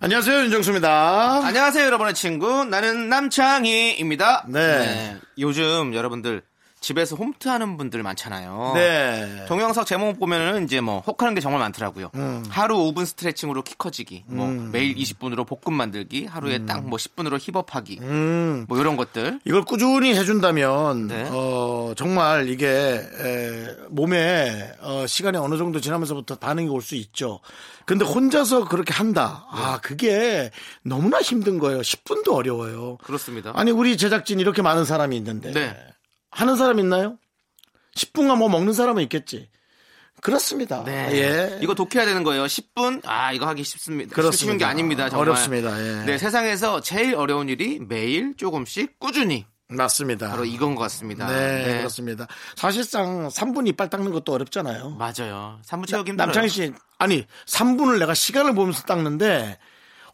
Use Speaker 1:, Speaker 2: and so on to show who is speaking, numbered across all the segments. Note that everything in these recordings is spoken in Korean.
Speaker 1: 안녕하세요 윤정수입니다.
Speaker 2: 안녕하세요, 여러분의 친구. 나는 남창희입니다.
Speaker 1: 네.
Speaker 2: 요즘 여러분들 집에서 홈트 하는 분들 많잖아요.
Speaker 1: 네.
Speaker 2: 동영상 제목 보면은 이제 뭐 혹하는 게 정말 많더라고요.
Speaker 1: 음.
Speaker 2: 하루 5분 스트레칭으로 키 커지기, 뭐 매일 20분으로 볶음 만들기, 하루에 딱 뭐 10분으로 힙업하기,
Speaker 1: 음.
Speaker 2: 뭐 이런 것들.
Speaker 1: 이걸 꾸준히 해준다면
Speaker 2: 네.
Speaker 1: 어, 정말 이게 에, 몸에 어, 시간이 어느 정도 지나면서부터 반응이 올 수 있죠. 근데 혼자서 그렇게 한다. 아
Speaker 2: 네.
Speaker 1: 그게 너무나 힘든 거예요. 10분도 어려워요.
Speaker 2: 그렇습니다.
Speaker 1: 아니 우리 제작진 이렇게 많은 사람이 있는데
Speaker 2: 네.
Speaker 1: 하는 사람 있나요? 10분간 뭐 먹는 사람은 있겠지. 그렇습니다.
Speaker 2: 네.
Speaker 1: 예.
Speaker 2: 이거 독해야 되는 거예요. 10분? 아, 이거 하기 쉽습니다.
Speaker 1: 그렇습니다.
Speaker 2: 쉬운 게 아닙니다. 정말.
Speaker 1: 어렵습니다. 예.
Speaker 2: 네, 세상에서 제일 어려운 일이 매일 조금씩 꾸준히
Speaker 1: 맞습니다.
Speaker 2: 바로 이건 것 같습니다.
Speaker 1: 아. 네, 그렇습니다. 사실상 3분 이빨 닦는 것도 어렵잖아요.
Speaker 2: 맞아요. 산부 체육 힘들어요.
Speaker 1: 남창희 씨, 아니 3분을 내가 시간을 보면서 닦는데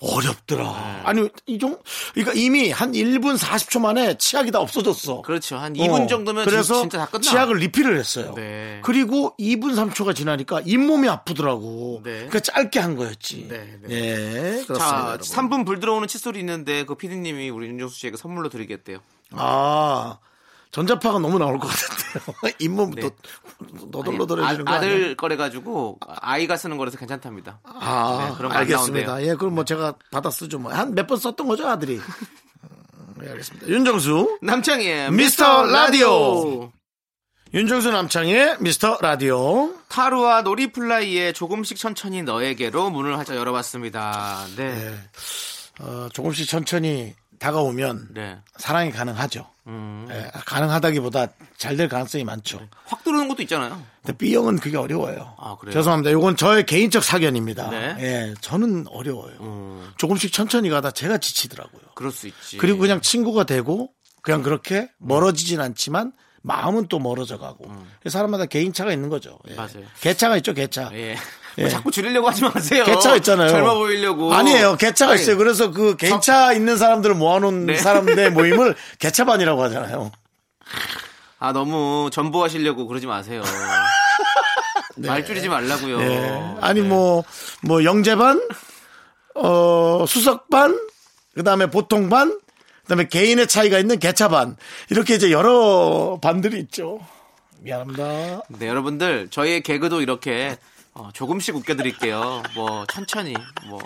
Speaker 1: 어렵더라.
Speaker 2: 네.
Speaker 1: 아니 이 종, 그러니까 이미 한 1분 40초 만에 치약이 다 없어졌어.
Speaker 2: 그렇죠. 한
Speaker 1: 어,
Speaker 2: 2분 정도면
Speaker 1: 그래서
Speaker 2: 진짜 다 끝나.
Speaker 1: 치약을 리필을 했어요.
Speaker 2: 네.
Speaker 1: 그리고 2분 3초가 지나니까 잇몸이 아프더라고.
Speaker 2: 네.
Speaker 1: 그러니까 짧게 한 거였지.
Speaker 2: 네, 네.
Speaker 1: 예, 그렇습니다.
Speaker 2: 자,
Speaker 1: 여러분.
Speaker 2: 3분 불 들어오는 칫솔이 있는데 그 피디님이 우리 윤정수 씨에게 선물로 드리겠대요.
Speaker 1: 아, 전자파가 너무 나올 것 같은데요. 잇몸
Speaker 2: 네.
Speaker 1: 너 너덜너덜해지는 거
Speaker 2: 아,
Speaker 1: 아니에요?
Speaker 2: 들 거래 가지고 아이가 쓰는 거라서 괜찮답니다.
Speaker 1: 아,
Speaker 2: 네, 그런 거안
Speaker 1: 알겠습니다.
Speaker 2: 나온대요. 네.
Speaker 1: 예, 그럼 뭐 제가 받아 쓰죠. 뭐. 한 몇 번 썼던 거죠, 아들이. 음, 예, 알겠습니다. 윤정수.
Speaker 2: 남창희의
Speaker 1: 미스터
Speaker 2: 미스터
Speaker 1: 라디오.
Speaker 2: 라디오.
Speaker 1: 윤정수 남창의 미스터 라디오.
Speaker 2: 타루와 놀이플라이의 조금씩 천천히 너에게로 문을 활짝 열어봤습니다. 네.
Speaker 1: 예, 어, 조금씩 천천히 다가오면
Speaker 2: 네. 음.
Speaker 1: 사랑이 가능하죠. 예, 가능하다기보다 잘 될 가능성이 많죠.
Speaker 2: 확 들어오는 것도 있잖아요.
Speaker 1: 근데 B형은 그게 어려워요.
Speaker 2: 네. 아, 그래요?
Speaker 1: 죄송합니다. 이건 저의 개인적 사견입니다.
Speaker 2: 네. 음.
Speaker 1: 예, 저는 어려워요. 조금씩 천천히 가다 제가 지치더라고요.
Speaker 2: 그럴 수 있지.
Speaker 1: 그리고 그냥 친구가 되고 그냥 그렇게 멀어지진 않지만 마음은 또 멀어져 가고 사람마다 개인차가 있는 거죠. 예.
Speaker 2: 맞아요.
Speaker 1: 개차가 있죠, 개차.
Speaker 2: 예.
Speaker 1: 예.
Speaker 2: 뭐 자꾸 줄이려고 하지 마세요.
Speaker 1: 개차가 있잖아요.
Speaker 2: 젊어 보이려고.
Speaker 1: 아니에요, 개차가
Speaker 2: 아니,
Speaker 1: 있어요. 그래서 그 개차 있는 사람들을 모아놓은
Speaker 2: 네.
Speaker 1: 사람들의 모임을 개차반이라고 하잖아요.
Speaker 2: 아 너무 전보하시려고 그러지 마세요. 말 줄이지 말라고요.
Speaker 1: 예.
Speaker 2: 네.
Speaker 1: 아니 뭐뭐 영재반, 어 수석반, 그다음에 보통반, 그다음에 개인의 차이가 있는 개차반 이렇게 이제 여러 반들이 있죠. 미안합니다.
Speaker 2: 네 여러분들 저희의 개그도 이렇게 어, 조금씩 웃겨드릴게요. 뭐 천천히 뭐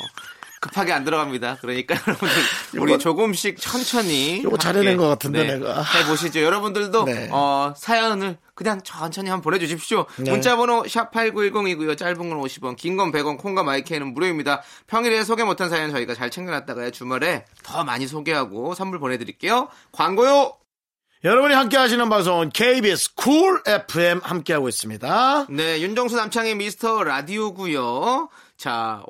Speaker 2: 급하게 안 들어갑니다. 그러니까 여러분들 우리
Speaker 1: 요건-
Speaker 2: 조금씩 천천히
Speaker 1: 요거 잘해낸
Speaker 2: 함께, 네,
Speaker 1: 것 같은데, 내가.
Speaker 2: 해보시죠. 여러분들도
Speaker 1: 네.
Speaker 2: 어, 사연을 그냥 천천히 한번 보내주십시오.
Speaker 1: 네.
Speaker 2: 문자번호 샵 #8910이고요. 짧은 건 50원, 긴 건 100원, 콩과 마이크는 무료입니다. 평일에 소개 못한 사연 저희가 잘 챙겨놨다가 주말에 더 많이 소개하고 선물 보내드릴게요. 광고요.
Speaker 1: 여러분이 함께 하시는 방송은 KBS 쿨 FM 함께하고 있습니다.
Speaker 2: 네, 윤정수 남창의 미스터 라디오고요. 자,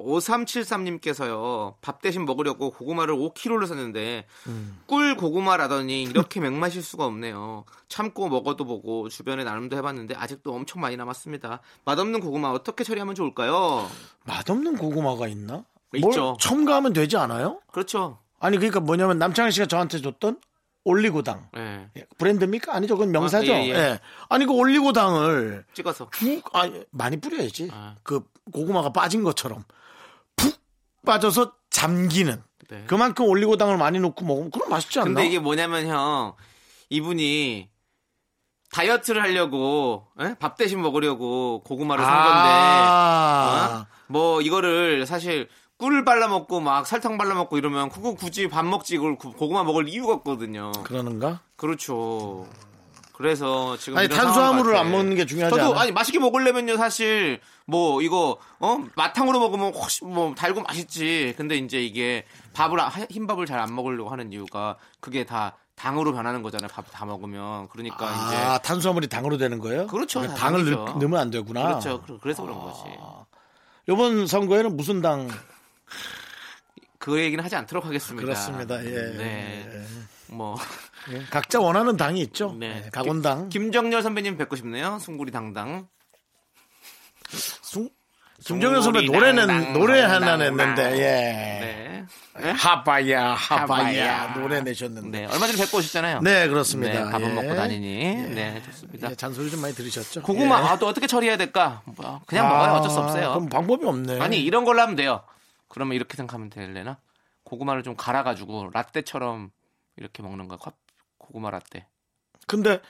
Speaker 2: 5373님께서요. 밥 대신 먹으려고 고구마를 5kg를 샀는데
Speaker 1: 음.
Speaker 2: 꿀 고구마라더니 이렇게 맥마실 수가 없네요. 참고 먹어도 보고 주변에 나눔도 해봤는데 아직도 엄청 많이 남았습니다. 맛없는 고구마 어떻게 처리하면 좋을까요?
Speaker 1: 맛없는 고구마가 있나? 뭘
Speaker 2: 있죠.
Speaker 1: 첨가하면 되지 않아요?
Speaker 2: 그렇죠.
Speaker 1: 아니 그러니까 뭐냐면 남창희 씨가 저한테 줬던 올리고당
Speaker 2: 예,
Speaker 1: 예, 브랜드입니까? 아니죠, 그건 명사죠.
Speaker 2: 아, 예, 예.
Speaker 1: 예. 아니 그 올리고당을
Speaker 2: 찍어서.
Speaker 1: 푹 아니, 많이 뿌려야지.
Speaker 2: 아.
Speaker 1: 그 고구마가 빠진 것처럼 푹 빠져서 잠기는.
Speaker 2: 네.
Speaker 1: 그만큼 올리고당을 많이 넣고 먹으면 그럼 맛있지 않나?
Speaker 2: 근데 이게 뭐냐면 형 이분이 다이어트를 하려고 예? 밥 대신 먹으려고 고구마를 산 건데
Speaker 1: 아.
Speaker 2: 어? 뭐 이거를 사실 꿀 발라 먹고 막 설탕 발라 먹고 이러면 그거 굳이 밥 먹지 이걸 고- 고구마 먹을 이유가 없거든요.
Speaker 1: 그러는가?
Speaker 2: 그렇죠. 그래서 지금
Speaker 1: 아니,
Speaker 2: 이런
Speaker 1: 탄수화물을
Speaker 2: 상황 같아.
Speaker 1: 안 먹는 게 중요하지
Speaker 2: 저도
Speaker 1: 않아?
Speaker 2: 아니 맛있게 먹으려면요 사실 뭐 이거 어 마탕으로 먹으면 훨씬 뭐 달고 맛있지. 근데 이제 이게 밥을 아- 흰밥을 잘 안 먹으려고 하는 이유가 그게 다 당으로 변하는 거잖아요. 밥 다 먹으면 그러니까
Speaker 1: 아,
Speaker 2: 이제
Speaker 1: 탄수화물이 당으로 되는 거예요?
Speaker 2: 그렇죠,
Speaker 1: 아, 당을
Speaker 2: 당이죠.
Speaker 1: 넣- 넣으면 안 되구나. 아.
Speaker 2: 그렇죠. 그- 그래서 그런 거지.
Speaker 1: 이번 선거에는 무슨 당?
Speaker 2: 그 얘기는 하지 않도록 하겠습니다.
Speaker 1: 그렇습니다. 예.
Speaker 2: 네. 뭐
Speaker 1: 예. 각자 원하는 당이 있죠.
Speaker 2: 네.
Speaker 1: 예, 각원당.
Speaker 2: 김정열 선배님 뵙고 싶네요. 숭구리 당당.
Speaker 1: 김, 김종현 선배
Speaker 2: 우리
Speaker 1: 노래는
Speaker 2: 당당,
Speaker 1: 노래 하나
Speaker 2: 당당.
Speaker 1: 냈는데 예.
Speaker 2: 네.
Speaker 1: 하바야 하바야
Speaker 2: 하바야.
Speaker 1: 노래 내셨는데.
Speaker 2: 네. 얼마 전에 뵙고 오셨잖아요.
Speaker 1: 네, 그렇습니다.
Speaker 2: 네, 밥은
Speaker 1: 예.
Speaker 2: 먹고 다니니. 네, 좋습니다.
Speaker 1: 예, 잔소리 좀 많이 들으셨죠?
Speaker 2: 고구마
Speaker 1: 예.
Speaker 2: 아, 또 어떻게 처리해야 될까? 뭐, 그냥 먹어요. 어쩔 수
Speaker 1: 아,
Speaker 2: 없어요.
Speaker 1: 그럼 예. 방법이 없네.
Speaker 2: 아니 이런 걸로 하면 돼요. 그러면 이렇게 생각하면 될래나? 고구마를 좀 갈아가지고 라떼처럼 이렇게 먹는 거야. 컵- 고구마 라떼.
Speaker 1: 근데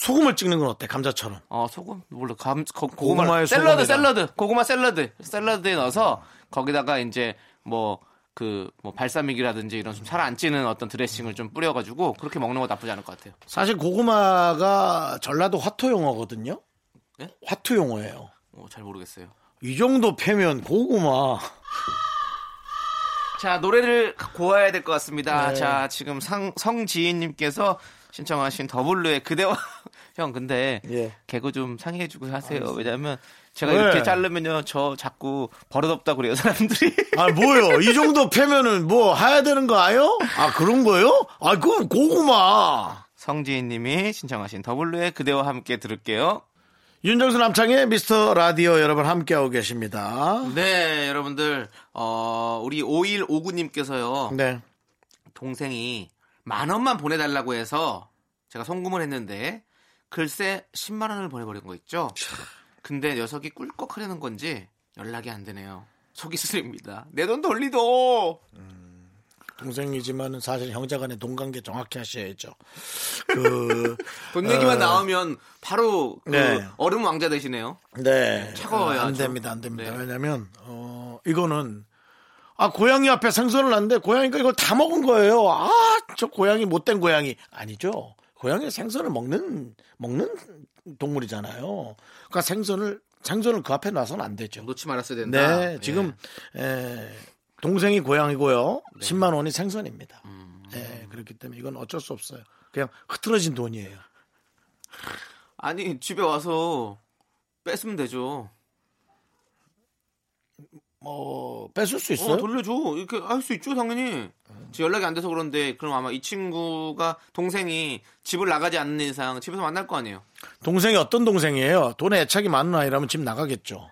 Speaker 1: 소금을 찍는 건 어때? 감자처럼.
Speaker 2: 어 소금 몰라 감 거, 고구마
Speaker 1: 고구마에
Speaker 2: 샐러드
Speaker 1: 소금이랑.
Speaker 2: 샐러드 고구마 샐러드 샐러드에 넣어서 거기다가 이제 뭐 그 뭐 발사믹이라든지 이런 좀 살 안 찌는 어떤 드레싱을 좀 뿌려가지고 그렇게 먹는 거 나쁘지 않을 것 같아요.
Speaker 1: 사실 고구마가 전라도 화토 용어거든요.
Speaker 2: 네?
Speaker 1: 화토 용어예요.
Speaker 2: 어, 잘 모르겠어요.
Speaker 1: 이 정도 패면 고구마.
Speaker 2: 자 노래를 고아야 될 것 같습니다.
Speaker 1: 네.
Speaker 2: 자 지금 상, 성지인님께서 신청하신 더블루의 그대와 형 근데
Speaker 1: 예. 네.
Speaker 2: 개그 좀 상의해주고 하세요. 왜냐면 제가
Speaker 1: 왜?
Speaker 2: 이렇게 자르면요 저 자꾸 버릇없다 그래요 사람들이.
Speaker 1: 아 뭐요? 이 정도 패면은 뭐 해야 되는 거 아요? 아 그런 거요? 아 그건 고구마.
Speaker 2: 성지인님이 신청하신 더블루의 그대와 함께 들을게요.
Speaker 1: 윤정수 남창의 미스터 라디오 여러분 함께하고 계십니다.
Speaker 2: 네 여러분들 어, 우리 5159님께서요
Speaker 1: 네.
Speaker 2: 동생이 만 원만 보내달라고 해서 제가 송금을 했는데 글쎄 10만 원을 보내버린 거 있죠. 근데 녀석이 꿀꺽하려는 건지 연락이 안 되네요. 속이 쓰립니다. 내 돈 돌리도.
Speaker 1: 동생이지만 사실 형제간의 동관계 정확히 하셔야죠. 그,
Speaker 2: 돈 얘기만 나오면 바로 그
Speaker 1: 네.
Speaker 2: 얼음 왕자 되시네요.
Speaker 1: 네.
Speaker 2: 차가워요,
Speaker 1: 안
Speaker 2: 아주.
Speaker 1: 됩니다, 안 됩니다.
Speaker 2: 네.
Speaker 1: 왜냐면, 어, 이거는, 아, 고양이 앞에 생선을 놨는데, 고양이가 이걸 다 먹은 거예요. 아, 저 고양이, 못된 고양이. 아니죠. 고양이 생선을 먹는, 먹는 동물이잖아요. 그러니까 생선을, 생선을 그 앞에 놔서는 안 되죠.
Speaker 2: 놓지 말았어야 된다.
Speaker 1: 네,
Speaker 2: 예.
Speaker 1: 지금, 에, 동생이 고양이고요.
Speaker 2: 네.
Speaker 1: 10만 원이 생선입니다.
Speaker 2: 음.
Speaker 1: 예, 그렇기 때문에 이건 어쩔 수 없어요. 그냥 흐트러진 돈이에요.
Speaker 2: 아니 집에 와서 뺐으면 되죠.
Speaker 1: 뭐, 뺏을 수 있어요?
Speaker 2: 어 돌려줘 이렇게 할 수 있죠 당연히. 지금 연락이 안 돼서 그런데 그럼 아마 이 친구가 동생이 집을 나가지 않는 이상 집에서 만날 거 아니에요.
Speaker 1: 동생이 어떤 동생이에요? 돈에 애착이 많은 아이라면 집 나가겠죠.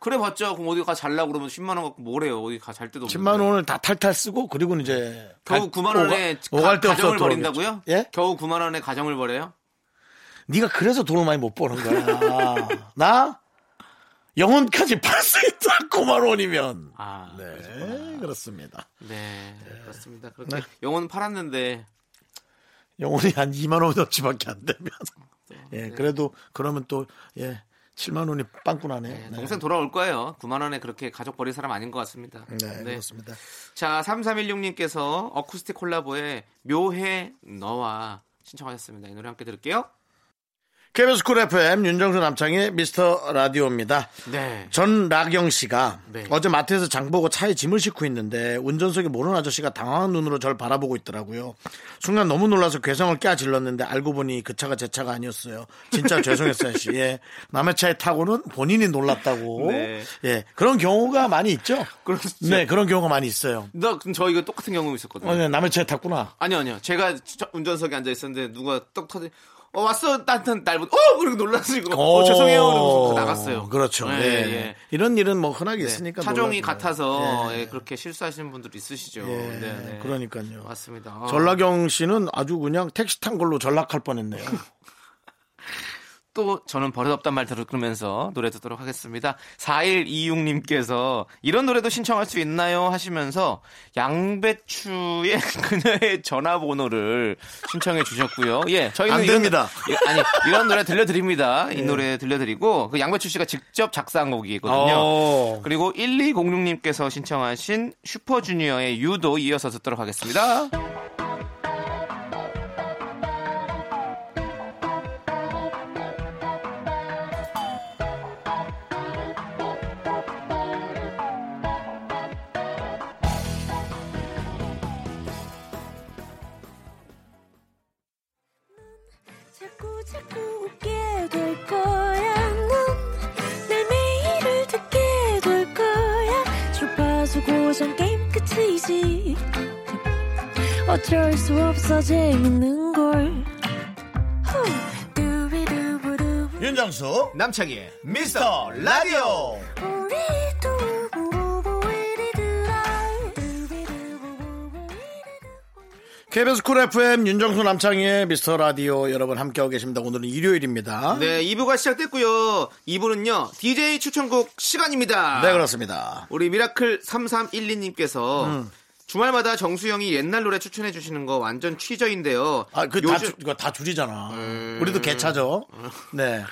Speaker 2: 그래 봤자 그럼 어디 가 잘라 그러면 10만 원 갖고 뭐래요 어디 가 잘 데도 없는데.
Speaker 1: 10만 원을 다 탈탈 쓰고 그리고 이제
Speaker 2: 겨우 9만 원에
Speaker 1: 오가- 오갈 데
Speaker 2: 가,
Speaker 1: 없어 들어오겠죠.
Speaker 2: 가정을 버린다고요?
Speaker 1: 예?
Speaker 2: 겨우 9만 원에 가정을 버려요?
Speaker 1: 네가 그래서 돈을 많이 못 버는 거야. 나 영혼까지 팔 수 있다. 9만 원이면.
Speaker 2: 아,
Speaker 1: 네, 그렇습니다.
Speaker 2: 네, 그렇습니다. 그렇게
Speaker 1: 네.
Speaker 2: 영혼 팔았는데
Speaker 1: 영혼이 한 2만 원 어치밖에 안 되면.
Speaker 2: 네.
Speaker 1: 예, 그래도 그러면 또 예, 7만 원이 빵꾸나네.
Speaker 2: 네, 동생 돌아올 거예요. 9만 원에 그렇게 가족 버릴 사람 아닌 것 같습니다.
Speaker 1: 네, 그렇습니다.
Speaker 2: 자, 3316님께서 어쿠스틱 콜라보의 묘해 너와 신청하셨습니다. 이 노래 함께 들을게요.
Speaker 1: KBS 쿨 FM 윤정수 남창의 미스터 라디오입니다.
Speaker 2: 네.
Speaker 1: 전 라경 씨가
Speaker 2: 네.
Speaker 1: 어제 마트에서 장 보고 차에 짐을 싣고 있는데 운전석에 모르는 아저씨가 당황한 눈으로 저를 바라보고 있더라고요. 순간 너무 놀라서 괴성을 깨질렀는데 알고 보니 그 차가 제 차가 아니었어요. 진짜 죄송했어요, 씨. 예. 남의 차에 타고는 본인이 놀랐다고.
Speaker 2: 네.
Speaker 1: 예. 그런 경우가 많이 있죠.
Speaker 2: 그렇죠.
Speaker 1: 네, 그런 경우가 많이 있어요.
Speaker 2: 나, 근데 저 이거 똑같은 경험 있었거든요.
Speaker 1: 어, 네, 남의 차에 탔구나.
Speaker 2: 아니요, 아니요. 제가 저- 운전석에 앉아 있었는데 누가 떡 터지, 어, 왔어! 나한테 날 보고, 어! 그리고 놀라서 이거, 어, 죄송해요! 이러면서 나갔어요.
Speaker 1: 그렇죠.
Speaker 2: 예,
Speaker 1: 예.
Speaker 2: 예.
Speaker 1: 이런 일은 뭐 흔하게
Speaker 2: 네,
Speaker 1: 있으니까. 놀라지
Speaker 2: 차종이
Speaker 1: 마요.
Speaker 2: 같아서
Speaker 1: 예.
Speaker 2: 예, 그렇게 실수하시는 분들 있으시죠.
Speaker 1: 예,
Speaker 2: 네, 네.
Speaker 1: 그러니까요.
Speaker 2: 맞습니다. 어.
Speaker 1: 아. 전라경 씨는 아주 그냥 택시 탄 걸로 전락할 뻔했네요.
Speaker 2: 또 저는 버릇없단 말 들으면서 노래 듣도록 하겠습니다. 4126님께서 이런 노래도 신청할 수 있나요? 하시면서 양배추의 그녀의 전화번호를 신청해 주셨고요. 예, 저희는
Speaker 1: 안
Speaker 2: 이런-
Speaker 1: 됩니다. 예.
Speaker 2: 예, 아니 이런 노래 들려드립니다. 이 노래 들려드리고 그 양배추 씨가 직접 작사한 곡이거든요.
Speaker 1: 어.
Speaker 2: 그리고 1206님께서 신청하신 슈퍼주니어의 유도 이어서 듣도록 하겠습니다.
Speaker 3: 자꾸 자꾸 웃게 될 거야. 넌내 매일을 듣게 될 거야. 주파수 고정 지치지. 어쩔 수 없어 재밌는 걸. 후. 두비두부두부.
Speaker 1: 윤정수
Speaker 2: 남창희의 미스터 라디오
Speaker 3: 우리 두부부부 우리 두라. 두비두부부부 우리 두부.
Speaker 1: KBS 쿨 FM 윤정수 남창희의 미스터 라디오 여러분 함께하고 계십니다. 오늘은 일요일입니다. 네,
Speaker 2: 네 2부가 시작됐고요 2부는요 DJ 추천곡 시간입니다
Speaker 1: 네, 그렇습니다.
Speaker 2: 우리 미라클 3312님께서
Speaker 1: 음.
Speaker 2: 주말마다 정수영이 옛날 노래 추천해 주시는 거 완전 취저인데요
Speaker 1: 아, 그 다
Speaker 2: 요즘, 음.
Speaker 1: 줄이잖아. 우리도 개차죠. 네.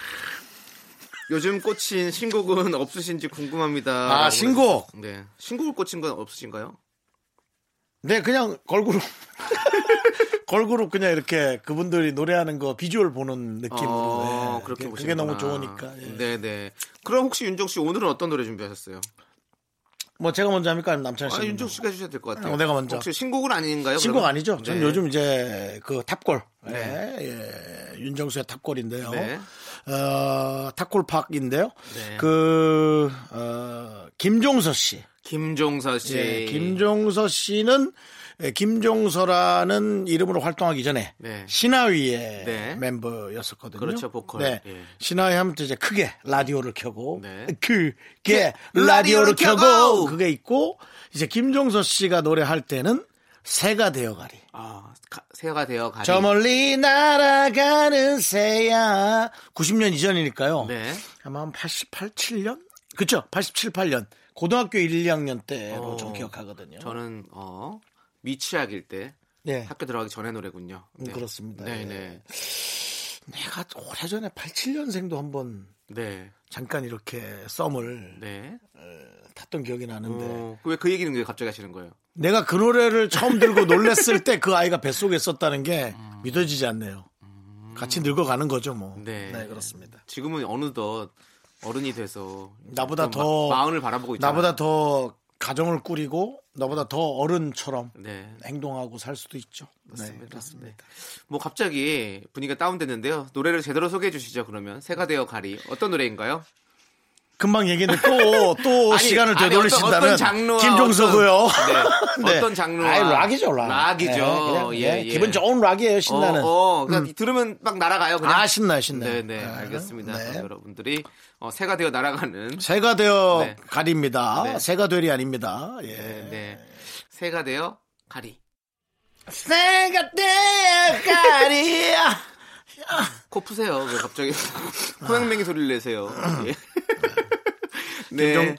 Speaker 2: 요즘 꽂힌 신곡은 없으신지 궁금합니다
Speaker 1: 아,
Speaker 2: 라고
Speaker 1: 신곡.
Speaker 2: 그랬- 네 신곡을 꽂힌 건 없으신가요?
Speaker 1: 네, 그냥 걸그룹. 걸그룹 그냥 이렇게 그분들이 노래하는 거 비주얼 보는 느낌으로.
Speaker 2: 어,
Speaker 1: 예.
Speaker 2: 그렇게
Speaker 1: 그게,
Speaker 2: 보시면
Speaker 1: 그게 너무 좋으니까. 예.
Speaker 2: 네네. 그럼 혹시 윤정 씨 오늘은 어떤 노래 준비하셨어요?
Speaker 1: 뭐 제가 먼저 합니까? 아니면 남창희 씨?
Speaker 2: 아 윤정 씨가 해주셔야 될 것 같아요.
Speaker 1: 어, 내가 먼저.
Speaker 2: 혹시 신곡은 아닌가요?
Speaker 1: 신곡
Speaker 2: 그러면?
Speaker 1: 아니죠? 저는
Speaker 2: 네.
Speaker 1: 요즘 이제 그 탑골. 예,
Speaker 2: 네.
Speaker 1: 예, 윤정수의 탑골인데요.
Speaker 2: 네.
Speaker 1: 어, 탑골팍인데요.
Speaker 2: 네.
Speaker 1: 그, 어, 김종서 씨.
Speaker 2: 김종서 씨.
Speaker 1: 예, 김종서 씨는 예, 김종서라는 이름으로 활동하기 전에
Speaker 2: 네.
Speaker 1: 신하위의
Speaker 2: 네.
Speaker 1: 멤버였었거든요.
Speaker 2: 그렇죠, 보컬.
Speaker 1: 네.
Speaker 2: 예.
Speaker 1: 신하위 하면 또 이제 크게 라디오를 켜고
Speaker 2: 네.
Speaker 1: 크게
Speaker 2: 라디오를
Speaker 1: 라디오를
Speaker 2: 켜고!
Speaker 1: 켜고 그게 있고 이제 김종서 씨가 노래할 때는 새가 되어가리.
Speaker 2: 아 가- 새가 되어 가리.
Speaker 1: 저 멀리 날아가는 새야. 90년 이전이니까요.
Speaker 2: 네.
Speaker 1: 아마 한 88, 7년? 그쵸? 87, 8년. 고등학교 1, 2학년 때로
Speaker 2: 어,
Speaker 1: 좀 기억하거든요.
Speaker 2: 저는 어 미취학일 때
Speaker 1: 네.
Speaker 2: 학교 들어가기 전에 노래군요. 네.
Speaker 1: 음, 그렇습니다. 예.
Speaker 2: 네네.
Speaker 1: 내가 오래전에 87년생도 한번
Speaker 2: 네.
Speaker 1: 잠깐 이렇게 썸을
Speaker 2: 네.
Speaker 1: 탔던 기억이 나는데
Speaker 2: 어, 왜그 얘기는 왜 갑자기 하시는 거예요?
Speaker 1: 내가 그 노래를 처음 들고 놀랬을 때 그 아이가 뱃속에 있었다는 게 믿어지지 않네요. 같이 늙어가는 거죠, 뭐.
Speaker 2: 음. 네.
Speaker 1: 그렇습니다.
Speaker 2: 지금은 어느덧 어른이 돼서
Speaker 1: 나보다
Speaker 2: 또 마-
Speaker 1: 더-
Speaker 2: 마흔을 바라보고 있잖아요.
Speaker 1: 나보다 더 가정을 꾸리고 나보다 더 어른처럼
Speaker 2: 네.
Speaker 1: 행동하고 살 수도 있죠.
Speaker 2: 맞습니다. 네. 뭐 갑자기 분위기가 다운됐는데요. 노래를 제대로 소개해 주시죠. 그러면 새가 되어 가리 어떤 노래인가요?
Speaker 1: 금방 얘기했는데 또, 또
Speaker 2: 아니,
Speaker 1: 시간을
Speaker 2: 아니,
Speaker 1: 되돌리신다는
Speaker 2: 어떤- 어떤 장르와
Speaker 1: 김종서고요.
Speaker 2: 어떤- 네, 어떤 장르와-
Speaker 1: 아이, 락이죠, 락.
Speaker 2: 락이죠.
Speaker 1: 그냥,
Speaker 2: 예,
Speaker 1: 예,
Speaker 2: 예.
Speaker 1: 기분 좋은 락이에요, 신나는. 음.
Speaker 2: 어, 어, 그러니까 들으면 막 날아가요. 그냥.
Speaker 1: 아, 신나요, 신나요.
Speaker 2: 네, 네,
Speaker 1: 아,
Speaker 2: 알겠습니다.
Speaker 1: 네.
Speaker 2: 그럼 여러분들이 어, 새가 되어 날아가는
Speaker 1: 새가 되어
Speaker 2: 네.
Speaker 1: 가리입니다.
Speaker 2: 네.
Speaker 1: 새가 되리 아닙니다. 예.
Speaker 2: 네, 네. 새가 되어 가리.
Speaker 1: 새가 되어 가리.
Speaker 2: 코 푸세요. 왜 갑자기 코양맹이 소리를 내세요? 예. 네.
Speaker 1: 김종,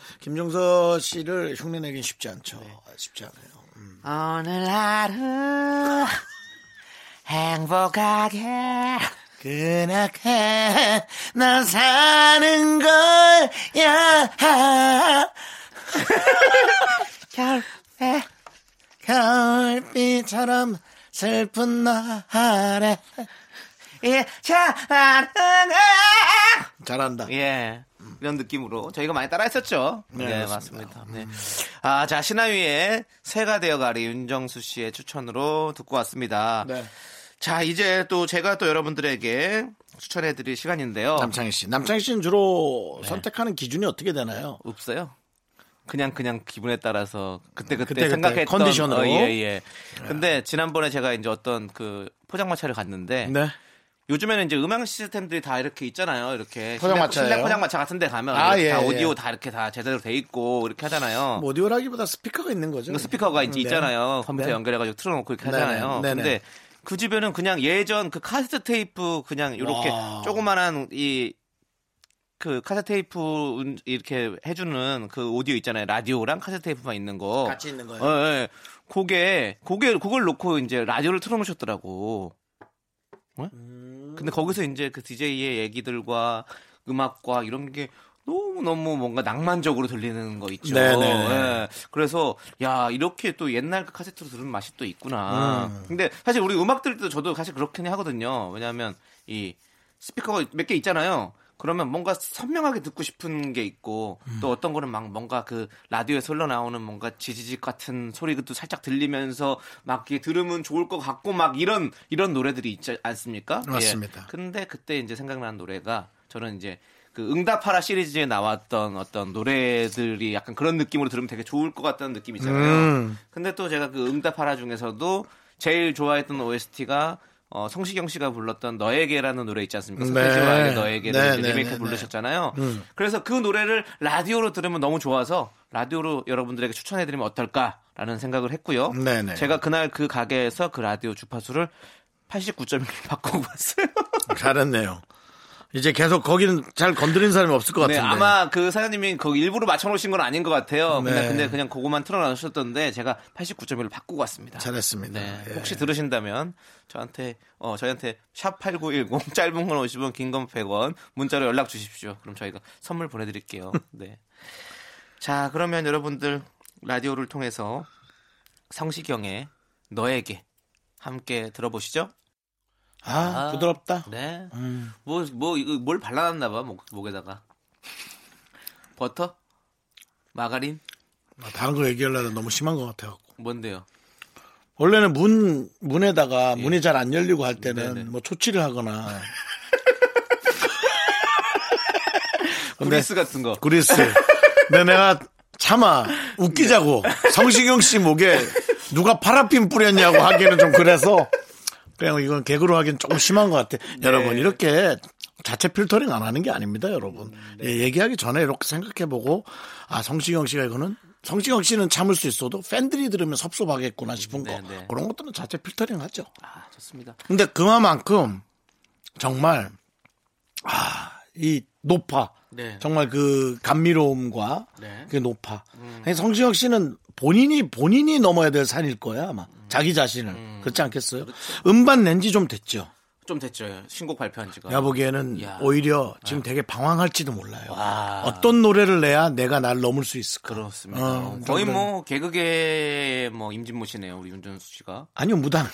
Speaker 1: 김종서 씨를 흉내내긴 쉽지 않죠. 쉽지 않아요. 음.
Speaker 2: 오늘 하루 행복하게
Speaker 1: 그나게 난 사는 거야 겨울에 겨울비처럼 슬픈 노래
Speaker 2: 예, 잘하는 거야.
Speaker 1: 잘한다
Speaker 2: 예. 이런 느낌으로 저희가 많이 따라했었죠.
Speaker 1: 네,
Speaker 2: 네,
Speaker 1: 맞습니다.
Speaker 2: 맞습니다. 네. 아, 자 신하위의 새가 되어가리 윤정수 씨의 추천으로 듣고 왔습니다.
Speaker 1: 네.
Speaker 2: 자 이제 또 제가 또 여러분들에게 추천해드릴 시간인데요.
Speaker 1: 남창희 씨 남창희 씨는
Speaker 2: 네.
Speaker 1: 주로 선택하는 기준이 어떻게 되나요?
Speaker 2: 없어요. 그냥 그냥 기분에 따라서 그때 그때,
Speaker 1: 그때 그때
Speaker 2: 생각했던
Speaker 1: 컨디션으로.
Speaker 2: 어, 예, 예. 근데 지난번에 제가 이제 어떤 그 포장마차를 갔는데
Speaker 1: 네.
Speaker 2: 요즘에는 이제 음향 시스템들이 다 이렇게 있잖아요. 이렇게
Speaker 1: 포장마차예요?
Speaker 2: 실내 포장마차 같은 데 가면
Speaker 1: 아,
Speaker 2: 이렇게
Speaker 1: 예,
Speaker 2: 다
Speaker 1: 예.
Speaker 2: 오디오 다 이렇게 다 제대로 돼 있고 이렇게 하잖아요.
Speaker 1: 뭐 오디오라기보다 스피커가 있는 거죠
Speaker 2: 그 스피커가 이제
Speaker 1: 네.
Speaker 2: 있잖아요. 컴퓨터
Speaker 1: 네.
Speaker 2: 연결해 가지고 틀어 놓고 이렇게
Speaker 1: 네네,
Speaker 2: 하잖아요.
Speaker 1: 네네.
Speaker 2: 근데 그 집에는 그냥 예전 그 카세트 테이프 그냥 이렇게
Speaker 1: 와.
Speaker 2: 조그만한 이 그 카세트 테이프 운- 이렇게 해주는 그 오디오 있잖아요 라디오랑 카세트 테이프만 있는 거
Speaker 1: 같이 있는 거예요?
Speaker 2: 어, 예. 그게 그게 그걸 놓고 이제 라디오를 틀어놓으셨더라고. 어?
Speaker 1: 음.
Speaker 2: 근데 거기서 이제 그 DJ의 얘기들과 음악과 이런 게 너무 너무 뭔가 낭만적으로 들리는 거 있죠.
Speaker 1: 네네.
Speaker 2: 예. 그래서 야 이렇게 또 옛날 그 카세트로 들은 맛이 또 있구나. 근데 사실 우리 음악들도 저도 사실 그렇긴 하거든요. 왜냐하면 이 스피커가 몇 개 있잖아요. 그러면 뭔가 선명하게 듣고 싶은 게 있고 또 어떤 거는 막 뭔가 그 라디오에서 흘러나오는 뭔가 지지직 같은 소리도 살짝 들리면서 막 이게 들으면 좋을 것 같고 막 이런 이런 노래들이 있지 않습니까?
Speaker 1: 맞습니다.
Speaker 2: 예. 근데 그때 이제 생각나는 노래가 저는 이제 그 응답하라 시리즈에 나왔던 어떤 노래들이 약간 그런 느낌으로 들으면 되게 좋을 것 같다는 느낌 있잖아요.
Speaker 1: 음.
Speaker 2: 근데 또 제가 그 응답하라 중에서도 제일 좋아했던 OST가 어, 성시경 씨가 불렀던 너에게라는 노래 있지 않습니까?
Speaker 1: 네.
Speaker 2: 서태지와의 너에게를
Speaker 1: 네,
Speaker 2: 이제
Speaker 1: 네,
Speaker 2: 리메이크
Speaker 1: 네, 네.
Speaker 2: 부르셨잖아요. 그래서 그 노래를 라디오로 들으면 너무 좋아서 라디오로 여러분들에게 추천해드리면 어떨까라는 생각을 했고요.
Speaker 1: 네, 네.
Speaker 2: 제가 그날 그 가게에서 그 라디오 주파수를 89.1로 바꾸고 봤어요.
Speaker 1: 잘했네요. 이제 계속 거기는 잘 건드린 사람이 없을 것
Speaker 2: 네,
Speaker 1: 같은데.
Speaker 2: 아마 그 사장님이 거기 일부러 맞춰놓으신 건 아닌 것 같아요.
Speaker 1: 네.
Speaker 2: 근데, 근데 그냥 그거만 틀어놔주셨던데 제가 89.1로 바꾸고 왔습니다.
Speaker 1: 잘했습니다.
Speaker 2: 네,
Speaker 1: 예.
Speaker 2: 혹시 들으신다면 저한테 어 저희한테 샵 8910 짧은 건 50원, 긴 건 100원 문자로 연락 주십시오. 그럼 저희가 선물 보내 드릴게요. 네. 자, 그러면 여러분들 라디오를 통해서 성시경의 너에게 함께 들어보시죠.
Speaker 1: 아,
Speaker 2: 아.
Speaker 1: 부드럽다.
Speaker 2: 네.
Speaker 1: 음.
Speaker 2: 뭐 뭐 이거 뭘 발라놨나 봐. 목, 목에다가. 버터? 마가린?
Speaker 1: 아, 다른 거 얘기하려다 너무 심한 것 같아갖고.
Speaker 2: 뭔데요?
Speaker 1: 원래는 문 문에다가 문이 잘 안 열리고 할 때는
Speaker 2: 예. 네네.
Speaker 1: 뭐 초치를 하거나 근데-
Speaker 2: 그리스 같은 거.
Speaker 1: 그리스. 근데 내가 차마 웃기자고 성시경 씨 목에 누가 파라핀 뿌렸냐고 하기에는 좀 그래서 그냥 이건 개그로 하기엔 조금 심한 것 같아.
Speaker 2: 네.
Speaker 1: 여러분 이렇게 자체 필터링 안 하는 게 아닙니다, 여러분.
Speaker 2: 네.
Speaker 1: 예, 얘기하기 전에 이렇게 생각해보고 아 성시경 씨가 이거는 성시경 씨는 참을 수 있어도 팬들이 들으면 섭섭하겠구나 싶은 거
Speaker 2: 네, 네.
Speaker 1: 그런 것들은 자체 필터링 하죠.
Speaker 2: 아, 좋습니다.
Speaker 1: 근데 그만큼 정말 아이 높아
Speaker 2: 네.
Speaker 1: 정말 그 감미로움과
Speaker 2: 네.
Speaker 1: 그게 높아 아니, 성시경 씨는 본인이 본인이 넘어야 될 산일 거야 아마
Speaker 2: 음.
Speaker 1: 자기 자신을 그렇지 않겠어요
Speaker 2: 그렇죠.
Speaker 1: 음반 낸 지 좀 됐죠
Speaker 2: 좀 됐죠. 신곡 발표한 지가.
Speaker 1: 내가 보기에는
Speaker 2: 아, 야. 아.
Speaker 1: 오히려 지금 되게 방황할지도 몰라요
Speaker 2: 와.
Speaker 1: 어떤 노래를 내야 내가 날 넘을 수 있을까
Speaker 2: 그렇습니다.
Speaker 1: 어,
Speaker 2: 어, 거의
Speaker 1: 정말.
Speaker 2: 뭐 개그계 뭐 임진모 씨네요. 우리 윤준수 씨가.
Speaker 1: 아니요 무당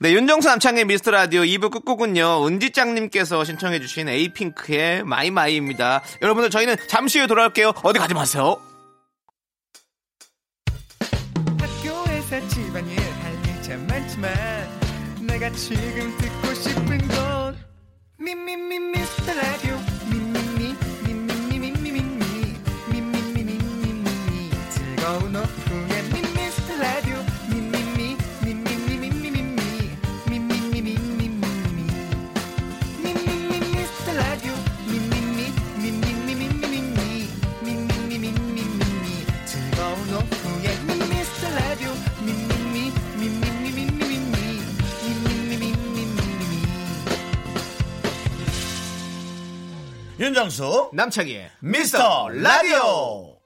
Speaker 2: 네, 윤정수 남창의 미스터 라디오 2부 끝곡은요, 은지짱님께서 신청해주신 에이핑크의 마이마이입니다. 여러분들, 저희는 잠시 후에 돌아올게요. 어디 가지 마세요.
Speaker 4: 학교에서 집안일 할 일 참 많지만 내가 지금 듣고 싶은 건 미미미 미스터 라디오 미미미 미미미 미미미 미미미 미미미 즐거운 오후에 미스터 라디오 미미미 미미미 미미미 미미미 미미미
Speaker 1: 윤정수
Speaker 2: 남창희의
Speaker 1: 미스터 라디오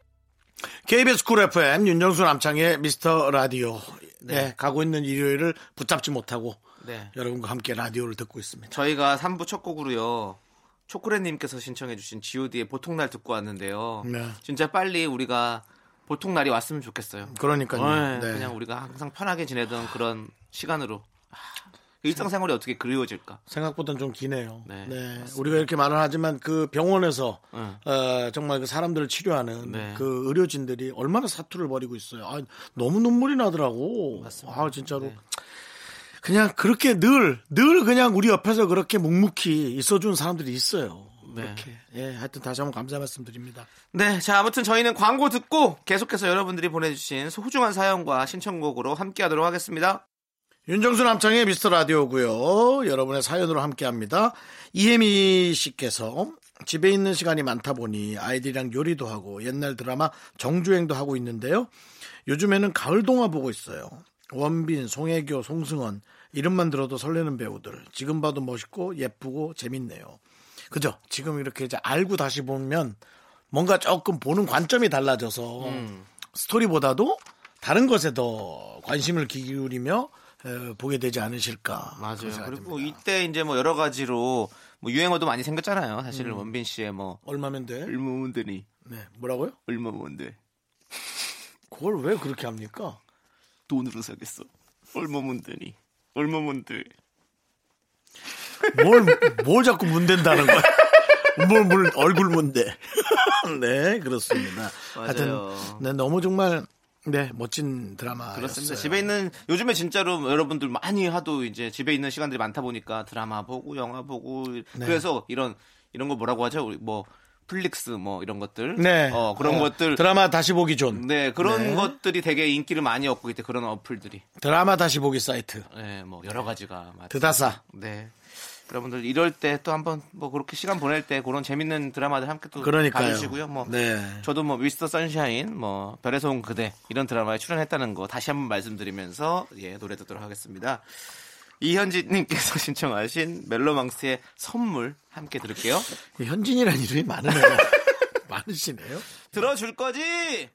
Speaker 1: KBS 쿨 FM 윤정수 남창의 미스터 라디오. 네. 가고 있는 일요일을 붙잡지 못하고
Speaker 2: 네.
Speaker 1: 여러분과 함께 라디오를 듣고 있습니다.
Speaker 2: 저희가 3부 첫 곡으로요. 초콜릿님께서 신청해주신 GOD의 보통 날 듣고 왔는데요.
Speaker 1: 네.
Speaker 2: 진짜 빨리 우리가 보통 날이 왔으면 좋겠어요.
Speaker 1: 그러니까요.
Speaker 2: 어,
Speaker 1: 네.
Speaker 2: 그냥 우리가 항상 편하게 지내던 그런 시간으로 아, 그 일상생활이 어떻게 그리워질까?
Speaker 1: 생각보단 좀 기네요. 네.
Speaker 2: 네,
Speaker 1: 우리가 이렇게 말을 하지만 그 병원에서
Speaker 2: 응.
Speaker 1: 어, 정말 그 사람들을 치료하는
Speaker 2: 네.
Speaker 1: 그 의료진들이 얼마나 사투를 벌이고 있어요. 아, 너무 눈물이 나더라고. 아, 진짜로.
Speaker 2: 네.
Speaker 1: 그냥 그렇게 늘, 늘 그냥 우리 옆에서 그렇게 묵묵히 있어준 사람들이 있어요.
Speaker 2: 네.
Speaker 1: 이렇게. 예, 하여튼 다시 한번 감사 말씀드립니다.
Speaker 2: 네, 자 아무튼 저희는 광고 듣고 계속해서 여러분들이 보내주신 소중한 사연과 신청곡으로 함께하도록 하겠습니다.
Speaker 1: 윤정수 남창의 미스터 라디오고요. 여러분의 사연으로 함께합니다. 이혜미 씨께서 집에 있는 시간이 많다 보니 아이들이랑 요리도 하고 옛날 드라마 정주행도 하고 있는데요. 요즘에는 가을 동화 보고 있어요. 원빈, 송혜교, 송승헌 이름만 들어도 설레는 배우들. 지금 봐도 멋있고 예쁘고 재밌네요. 그죠? 지금 이렇게 이제 알고 다시 보면 뭔가 조금 보는 관점이 달라져서
Speaker 2: 음.
Speaker 1: 스토리보다도 다른 것에 더 관심을 기울이며 에, 보게 되지 않으실까. 그런 생각이
Speaker 2: 그리고
Speaker 1: 듭니다.
Speaker 2: 이때 이제 뭐 여러 가지로 뭐 유행어도 많이 생겼잖아요. 사실은
Speaker 1: 음.
Speaker 2: 원빈 씨의 뭐
Speaker 1: 얼마면 돼?
Speaker 2: 을무문드니
Speaker 1: 네, 뭐라고요?
Speaker 2: 을무문드
Speaker 1: 그걸 왜 그렇게 합니까?
Speaker 2: 돈으로 사겠어. 을무문드니 을무문드
Speaker 1: 뭘, 뭘 자꾸 문댄다는 거야? 뭘, 뭘, 얼굴 문대. 네, 그렇습니다.
Speaker 2: 맞아요.
Speaker 1: 하여튼, 네, 너무 정말, 네, 멋진 드라마.
Speaker 2: 그렇습니다. 집에 있는 요즘에 진짜로 여러분들 많이 하도 이제 집에 있는 시간들이 많다 보니까 드라마 보고 영화 보고 그래서 이런 이런 거 뭐라고 하죠? 우리 뭐 플릭스 뭐 이런 것들
Speaker 1: 네.
Speaker 2: 어, 그런
Speaker 1: 어,
Speaker 2: 것들
Speaker 1: 드라마 다시 보기 존.
Speaker 2: 네 그런
Speaker 1: 네.
Speaker 2: 것들이 되게 인기를 많이 얻고 있대 그런 어플들이
Speaker 1: 드라마 다시 보기 사이트.
Speaker 2: 네뭐 여러 가지가 많-
Speaker 1: 드다사.
Speaker 2: 네 여러분들 이럴 때 또 한번 뭐 그렇게 시간 보낼 때 그런 재밌는 드라마들 함께 또
Speaker 1: 그러니까요.
Speaker 2: 봐주시고요 뭐
Speaker 1: 네.
Speaker 2: 저도 뭐 미스터 선샤인 뭐 별에서 온 그대 이런 드라마에 출연했다는 거 다시 한번 말씀드리면서 예 노래 듣도록 하겠습니다 이현진님께서 신청하신 멜로망스의 선물 함께 들을게요
Speaker 1: 그 현진이라는 이름이 많으네요. 많으시네요.
Speaker 2: 들어줄 거지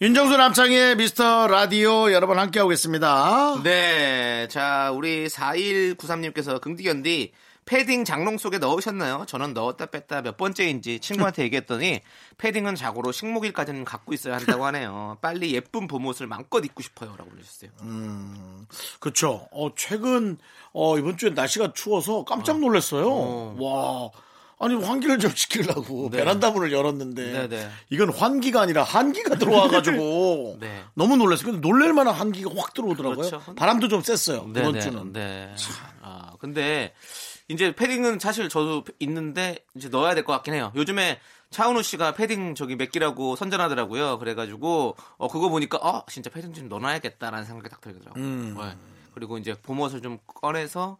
Speaker 1: 윤정수 남창의 미스터 라디오 여러분 함께하고 있습니다.
Speaker 2: 네. 자, 우리 4193님께서 긍디견디 패딩 장롱 속에 넣으셨나요? 저는 넣었다 뺐다 몇 번째인지 친구한테 얘기했더니 패딩은 자고로 식목일까지는 갖고 있어야 한다고 하네요. 빨리 예쁜 봄옷을 마음껏 입고 싶어요라고 보내주세요.
Speaker 1: 그렇죠. 어, 최근 어, 이번 주에 날씨가 추워서 깜짝 놀랐어요. 와. 아니 환기를 좀 시키려고 베란다 문을 열었는데
Speaker 2: 네, 네.
Speaker 1: 이건 환기가 아니라 한기가 들어와가지고
Speaker 2: 네.
Speaker 1: 너무 놀랐어요. 근데 놀랄만한 한기가 확 들어오더라고요.
Speaker 2: 그렇죠.
Speaker 1: 바람도 좀 쐈어요.
Speaker 2: 네,
Speaker 1: 이번
Speaker 2: 네,
Speaker 1: 주는.
Speaker 2: 네. 아, 근데 이제 패딩은 사실 저도 있는데 이제 넣어야 될 것 같긴 해요. 요즘에 차은우 씨가 패딩 저기 몇 끼라고 선전하더라고요. 그래가지고 어 그거 보니까 어 진짜 패딩 좀 넣어놔야겠다라는 생각이 딱 들더라고요.
Speaker 1: 음.
Speaker 2: 네. 그리고 이제 봄옷을 좀 꺼내서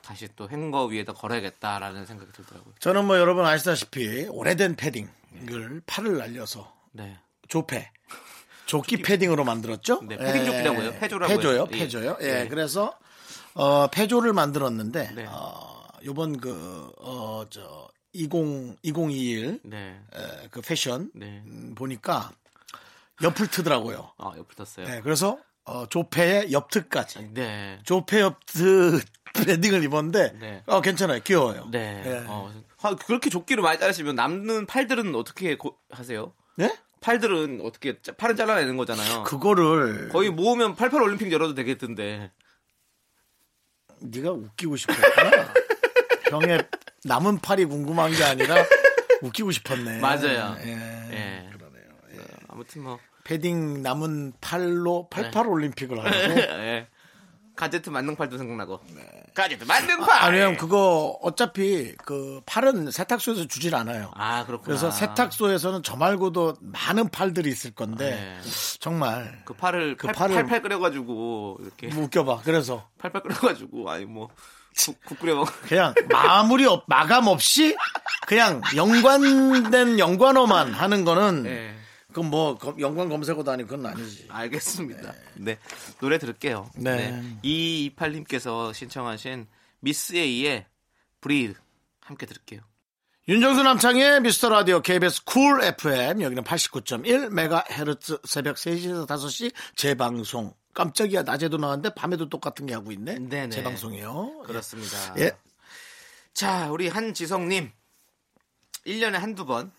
Speaker 2: 다시 또 행거 위에다 걸어야겠다라는 생각이 들더라고요.
Speaker 1: 저는 뭐 여러분 아시다시피 오래된 패딩을 팔을 날려서
Speaker 2: 네.
Speaker 1: 조패. 조끼 패딩으로 만들었죠? 예.
Speaker 2: 네, 패딩 조끼라고 해요. 패조라고
Speaker 1: 패조요,
Speaker 2: 해요. 예.
Speaker 1: 패조요. 예,
Speaker 2: 예.
Speaker 1: 그래서, 어, 패조를 만들었는데,
Speaker 2: 네.
Speaker 1: 어, 요번 그, 어, 저, 20, 2021,
Speaker 2: 네.
Speaker 1: 에, 그 패션,
Speaker 2: 네.
Speaker 1: 음, 보니까, 옆을 트더라고요.
Speaker 2: 아, 옆에 떴어요.
Speaker 1: 네, 그래서, 어, 조패의 옆트까지.
Speaker 2: 네.
Speaker 1: 조패 옆트 패딩을 입었는데,
Speaker 2: 네.
Speaker 1: 어, 괜찮아요. 귀여워요.
Speaker 2: 네.
Speaker 1: 예.
Speaker 2: 어, 아, 그렇게 조끼를 많이 자르시면 남는 팔들은 어떻게 고- 하세요?
Speaker 1: 네?
Speaker 2: 팔들은 어떻게 짜- 팔은 잘라내는 거잖아요.
Speaker 1: 그거를,
Speaker 2: 거의 모으면 88 올림픽 열어도 되겠던데.
Speaker 1: 네가 웃기고 싶었구나. 형의 남은 팔이 궁금한 게 아니라 웃기고 싶었네.
Speaker 2: 맞아요.
Speaker 1: 예.
Speaker 2: 예. 어, 아무튼 뭐
Speaker 1: 패딩 남은 팔로 88
Speaker 2: 네.
Speaker 1: 올림픽을 하고.
Speaker 2: 예. 가제트 만능팔도 생각나고. 가제트 만능팔.
Speaker 1: 네. 아니면 그거 어차피 그 팔은 세탁소에서 주질 않아요.
Speaker 2: 아, 그렇구나.
Speaker 1: 그래서 세탁소에서는 저 말고도 많은 팔들이 있을
Speaker 2: 아, 예.
Speaker 1: 건데 정말
Speaker 2: 그 팔을
Speaker 1: 그
Speaker 2: 팔,
Speaker 1: 팔을-
Speaker 2: 팔팔 끓여가지고 이렇게
Speaker 1: 뭐 웃겨봐. 그래서
Speaker 2: 팔팔 끓여가지고 아니 뭐국 끓여 먹.
Speaker 1: 그냥 마무리 없, 마감 없이 그냥 연관된 연관어만 하는 거는
Speaker 2: 예.
Speaker 1: 그건 뭐 검- 연관 검색어도 아니고 그건 아니지.
Speaker 2: 알겠습니다. 네. 노래 들을게요.
Speaker 1: 네.
Speaker 2: 네. 2228님께서 신청하신 미스 A의 브리드 함께 들을게요.
Speaker 1: 윤정수 남창의 미스터 라디오 KBS 쿨 FM 여기는 89.1MHz 새벽 3시에서 5시 재방송 깜짝이야 낮에도 나왔는데 밤에도 똑같은 게 하고 있네
Speaker 2: 네네.
Speaker 1: 재방송이요
Speaker 2: 그렇습니다.
Speaker 1: 예.
Speaker 2: 자, 우리 한지성님. 1년에 한두 번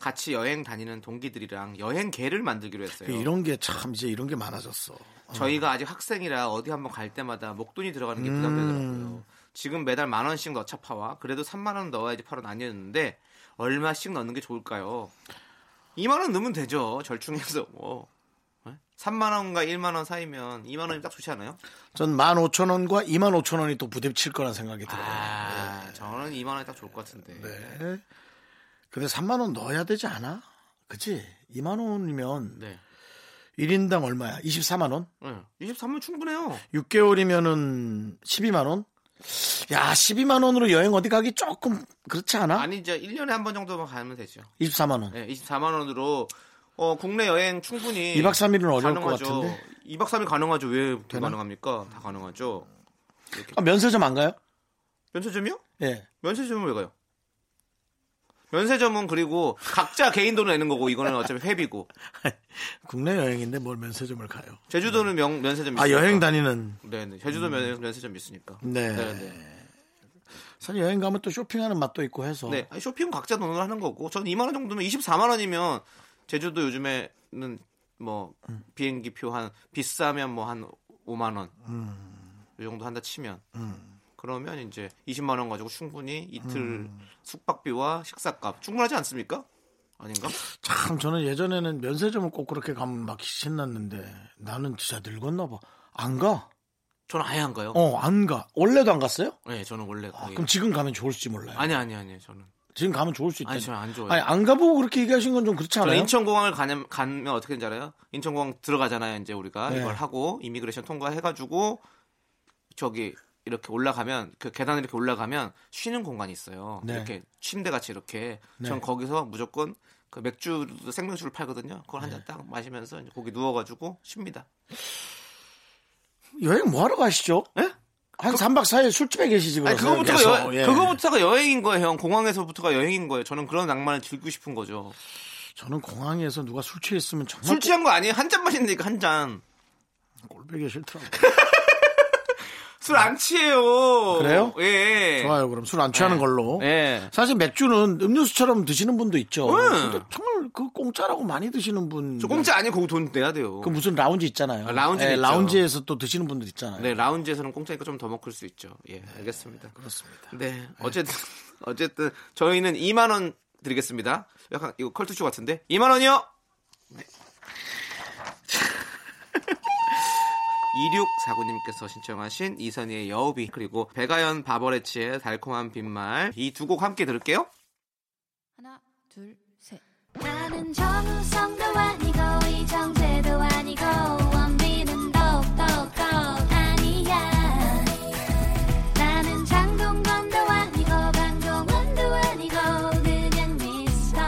Speaker 2: 같이 여행 다니는 동기들이랑 여행계를 만들기로 했어요.
Speaker 1: 그 이런 게 참 이제 이런 게 많아졌어
Speaker 2: 저희가 아직 학생이라 어디 한번 갈 때마다 목돈이
Speaker 1: 음.
Speaker 2: 들어가는 게 부담되더라고요. 지금 매달 만 원씩 넣자 파와 그래도 3만 원 넣어야지 파로 나뉘었는데 얼마씩 넣는 게 좋을까요? 2만 원 넣으면 되죠. 절충해서 뭐. 네? 3만 원과 1만 원 사이면 2만 원이 딱 좋지 않아요?
Speaker 1: 전 15,000원과 25,000원이 또 부딪힐 거란 생각이 들어요
Speaker 2: 아, 저는 2만 원이 딱 좋을 것 같은데.
Speaker 1: 네. 근데 3만원 넣어야 되지 않아? 그치? 2만원이면
Speaker 2: 네.
Speaker 1: 1인당 얼마야? 24만원?
Speaker 2: 네. 23만 충분해요.
Speaker 1: 6개월이면은 12만원? 야, 12만원으로 여행 어디 가기 조금 그렇지 않아?
Speaker 2: 아니 이제 1년에 한 번 정도만 가면 되죠.
Speaker 1: 24만원.
Speaker 2: 네, 24만 원으로 어, 국내 여행 충분히
Speaker 1: 2박 3일은 어려울 것
Speaker 2: 가능하죠.
Speaker 1: 같은데.
Speaker 2: 2박 3일 가능하죠. 왜 불가능합니까? 다 가능하죠.
Speaker 1: 아, 면세점 안 가요?
Speaker 2: 면세점이요?
Speaker 1: 예.
Speaker 2: 면세점은 왜 가요? 면세점은 그리고 각자 개인 돈을 내는 거고 이거는 어차피 회비고
Speaker 1: 국내 여행인데 뭘 면세점을 가요?
Speaker 2: 제주도는 명, 면세점 있으니까.
Speaker 1: 아, 여행 다니는.
Speaker 2: 네, 네. 제주도 면, 면세점 있으니까.
Speaker 1: 네.
Speaker 2: 네, 네.
Speaker 1: 사실 여행 가면 또 쇼핑하는 맛도 있고 해서.
Speaker 2: 네, 아니, 쇼핑은 각자 돈으로 하는 거고 저는 2만 원 정도면 24만 원이면 제주도 요즘에는 뭐
Speaker 1: 음.
Speaker 2: 비행기 표 한 비싸면 뭐 한 5만 원.
Speaker 1: 음.
Speaker 2: 이 정도 한다 치면. 그러면 이제 20만 원 가지고 충분히 이틀
Speaker 1: 음.
Speaker 2: 숙박비와 식사값 충분하지 않습니까? 아닌가?
Speaker 1: 참, 저는 예전에는 면세점을 꼭 그렇게 가면 막 신났는데 나는 진짜 늙었나 봐. 안 가?
Speaker 2: 저는 아예 안 가요.
Speaker 1: 어, 안 가. 원래도 안 갔어요?
Speaker 2: 네, 저는 원래
Speaker 1: 아,
Speaker 2: 거의
Speaker 1: 그럼 지금 가면 좋을지 몰라요.
Speaker 2: 아니 아니 아니 저는
Speaker 1: 지금 가면 좋을 수 있다.
Speaker 2: 아니 저는 안 좋아요.
Speaker 1: 아니, 안 가보고 그렇게 얘기하신 건 좀 그렇지
Speaker 2: 저
Speaker 1: 않아요?
Speaker 2: 인천공항을 가면, 가면 어떻게 되는지 알아요? 인천공항 들어가잖아요. 이제 우리가
Speaker 1: 네.
Speaker 2: 이걸 하고 이미그레이션 통과해가지고 저기 이렇게 올라가면 그 계단 이렇게 올라가면 쉬는 공간이 있어요.
Speaker 1: 네.
Speaker 2: 이렇게 침대 같이 이렇게
Speaker 1: 네.
Speaker 2: 전 거기서 무조건 그 맥주 생맥주를 팔거든요. 그걸
Speaker 1: 네.
Speaker 2: 한 잔 딱 마시면서 이제 거기 누워가지고 쉽니다.
Speaker 1: 여행 뭐 하러 가시죠?
Speaker 2: 예?
Speaker 1: 한 3박 4일 술집에 계시지
Speaker 2: 아니
Speaker 1: 그러세요,
Speaker 2: 그거부터가
Speaker 1: 계속.
Speaker 2: 여,
Speaker 1: 예.
Speaker 2: 그거부터가 여행인 거예요, 형. 공항에서부터가 여행인 거예요. 저는 그런 낭만을 즐기고 싶은 거죠.
Speaker 1: 저는 공항에서 누가 술 취했으면 정말
Speaker 2: 술 취한 거 아니에요? 한 잔 마신다니까 한 잔.
Speaker 1: 꼴보기 싫더라고.
Speaker 2: 술 안 취해요.
Speaker 1: 그래요?
Speaker 2: 예.
Speaker 1: 좋아요. 그럼 술 안 취하는 걸로.
Speaker 2: 예.
Speaker 1: 사실 맥주는 음료수처럼 드시는 분도 있죠.
Speaker 2: 응.
Speaker 1: 근데 정말 그 공짜라고 많이 드시는 분.
Speaker 2: 예. 저 공짜 아니고 거기 돈 내야 돼요.
Speaker 1: 그 무슨 라운지 있잖아요. 예,
Speaker 2: 아, 라운지는 있죠.
Speaker 1: 라운지에서 또 드시는 분들 있잖아요.
Speaker 2: 네, 라운지에서는 공짜니까 좀 더 먹을 수 있죠. 예, 알겠습니다.
Speaker 1: 뭐- 그렇습니다.
Speaker 2: 네, 어쨌든 어쨌든 저희는 2만 원 드리겠습니다. 약간 이거 컬투쇼 같은데 2만 원이요. 네. 2649님께서 신청하신 이선희의 여우비 그리고 배가연 바버레치의 달콤한 빈말 이 두 곡 함께 들을게요.
Speaker 5: 하나, 둘, 셋.
Speaker 3: 나는 정우성도 아니고 이정재도 아니고 원빈은 더욱더 아니야 나는 장동건도 아니고 강동원도 아니고 그냥 미스터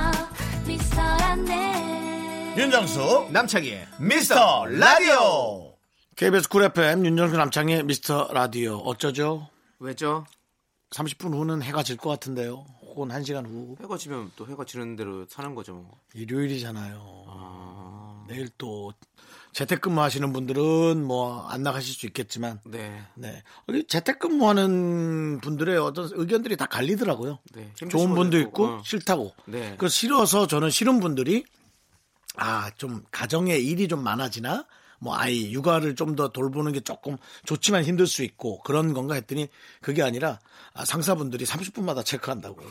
Speaker 3: 미스터란데
Speaker 1: 윤정수
Speaker 2: 남창희의
Speaker 1: 미스터 라디오. KBS 쿨 FM 윤정수 남창의 미스터 라디오 어쩌죠?
Speaker 2: 왜죠?
Speaker 1: 30분 후는 해가 질 것 같은데요. 혹은 1시간 후.
Speaker 2: 회가 지면 또 회가 지는 대로 사는 거죠. 뭐.
Speaker 1: 일요일이잖아요.
Speaker 2: 아,
Speaker 1: 내일 또 재택근무 하시는 분들은 뭐 안 나가실 수 있겠지만
Speaker 2: 네,
Speaker 1: 네. 여기 재택근무하는 분들의 어떤 의견들이 다 갈리더라고요.
Speaker 2: 네. 힘드신
Speaker 1: 좋은 분도
Speaker 2: 분들도
Speaker 1: 있고
Speaker 2: 어.
Speaker 1: 싫다고.
Speaker 2: 네.
Speaker 1: 그 싫어서 저는 싫은 분들이 아, 좀 가정에 일이 좀 많아지나 뭐 아이 육아를 좀 더 돌보는 게 조금 좋지만 힘들 수 있고 그런 건가 했더니 그게 아니라 아, 상사분들이 30분마다 체크한다고요.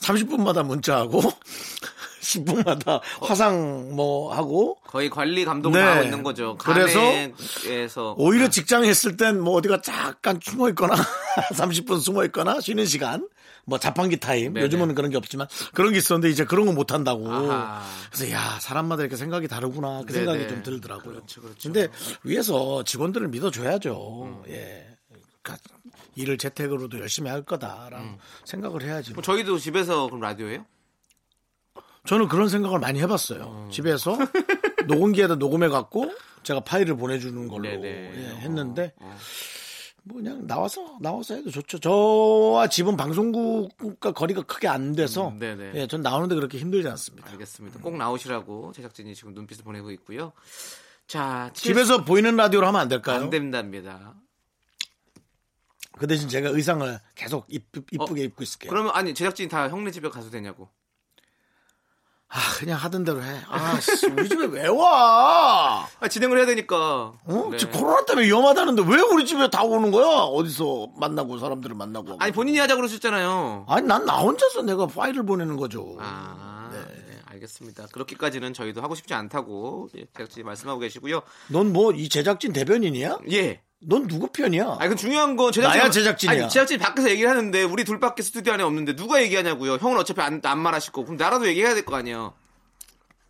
Speaker 1: 30분마다 문자하고 10분마다 화상 뭐 하고
Speaker 2: 거의 관리 감독을
Speaker 1: 네.
Speaker 2: 하고 있는 거죠.
Speaker 1: 그래서
Speaker 2: 간에서
Speaker 1: 오히려 직장에 있을 땐 뭐 어디가 잠깐 숨어 있거나 30분 숨어 있거나 쉬는 시간 뭐 자판기 타임
Speaker 2: 네네.
Speaker 1: 요즘은 그런 게 없지만 그런 게 있었는데 이제 그런 거 못 한다고
Speaker 2: 아하.
Speaker 1: 그래서 야 사람마다 이렇게 생각이 다르구나 그
Speaker 2: 네네.
Speaker 1: 생각이 좀 들더라고요
Speaker 2: 그렇죠, 그렇죠. 음.
Speaker 1: 근데 위에서 직원들을 믿어줘야죠 예 그러니까 일을 재택으로도 열심히 할 거다라는
Speaker 2: 음.
Speaker 1: 생각을 해야지
Speaker 2: 뭐 저희도 집에서 그럼 라디오예요?
Speaker 1: 저는 그런 생각을 많이 해봤어요. 집에서 녹음기에다 녹음해 갖고 제가 파일을 보내주는 걸로
Speaker 2: 네네.
Speaker 1: 예, 했는데 뭐 그냥 나와서 나와서 해도 좋죠. 저와 집은 방송국과 거리가 크게 안 돼서
Speaker 2: 음, 네네. 아,
Speaker 1: 예, 전 나오는데 그렇게 힘들지 않습니다.
Speaker 2: 알겠습니다. 꼭 나오시라고 제작진이 지금 눈빛을 보내고 있고요. 자, 칠-
Speaker 1: 집에서 보이는 라디오로 하면 안 될까요?
Speaker 2: 안 된답니다.
Speaker 1: 그 대신 제가 의상을 계속 이쁘, 게 입고 있을게요.
Speaker 2: 어, 그러면 아니 제작진이 다 형네 집에 가도 되냐고.
Speaker 1: 아, 그냥 하던 대로 해. 아, 씨, 우리 집에 왜 와?
Speaker 2: 아, 진행을 해야 되니까.
Speaker 1: 어?
Speaker 2: 네.
Speaker 1: 지금 코로나 때문에 위험하다는데 왜 우리 집에 다 오는 거야? 어디서 만나고 사람들을 만나고. 하고.
Speaker 2: 아니 본인이 하자고 그러셨잖아요.
Speaker 1: 아니, 난 나 혼자서 내가 파일을 보내는 거죠.
Speaker 2: 아, 네, 알겠습니다. 그렇게까지는 저희도 하고 싶지 않다고 예, 제작진이 말씀하고 계시고요.
Speaker 1: 넌 뭐 이 제작진 대변인이야?
Speaker 2: 예.
Speaker 1: 넌 누구 편이야?
Speaker 2: 아니 그 중요한 건 제작진
Speaker 1: 나야 제작진이야.
Speaker 2: 아니 제작진 밖에서 얘기를 하는데 우리 둘밖에 스튜디오 안에 없는데 누가 얘기하냐고요. 형은 어차피 안, 안 말하실 거고 그럼 나라도 얘기해야 될 거 아니에요.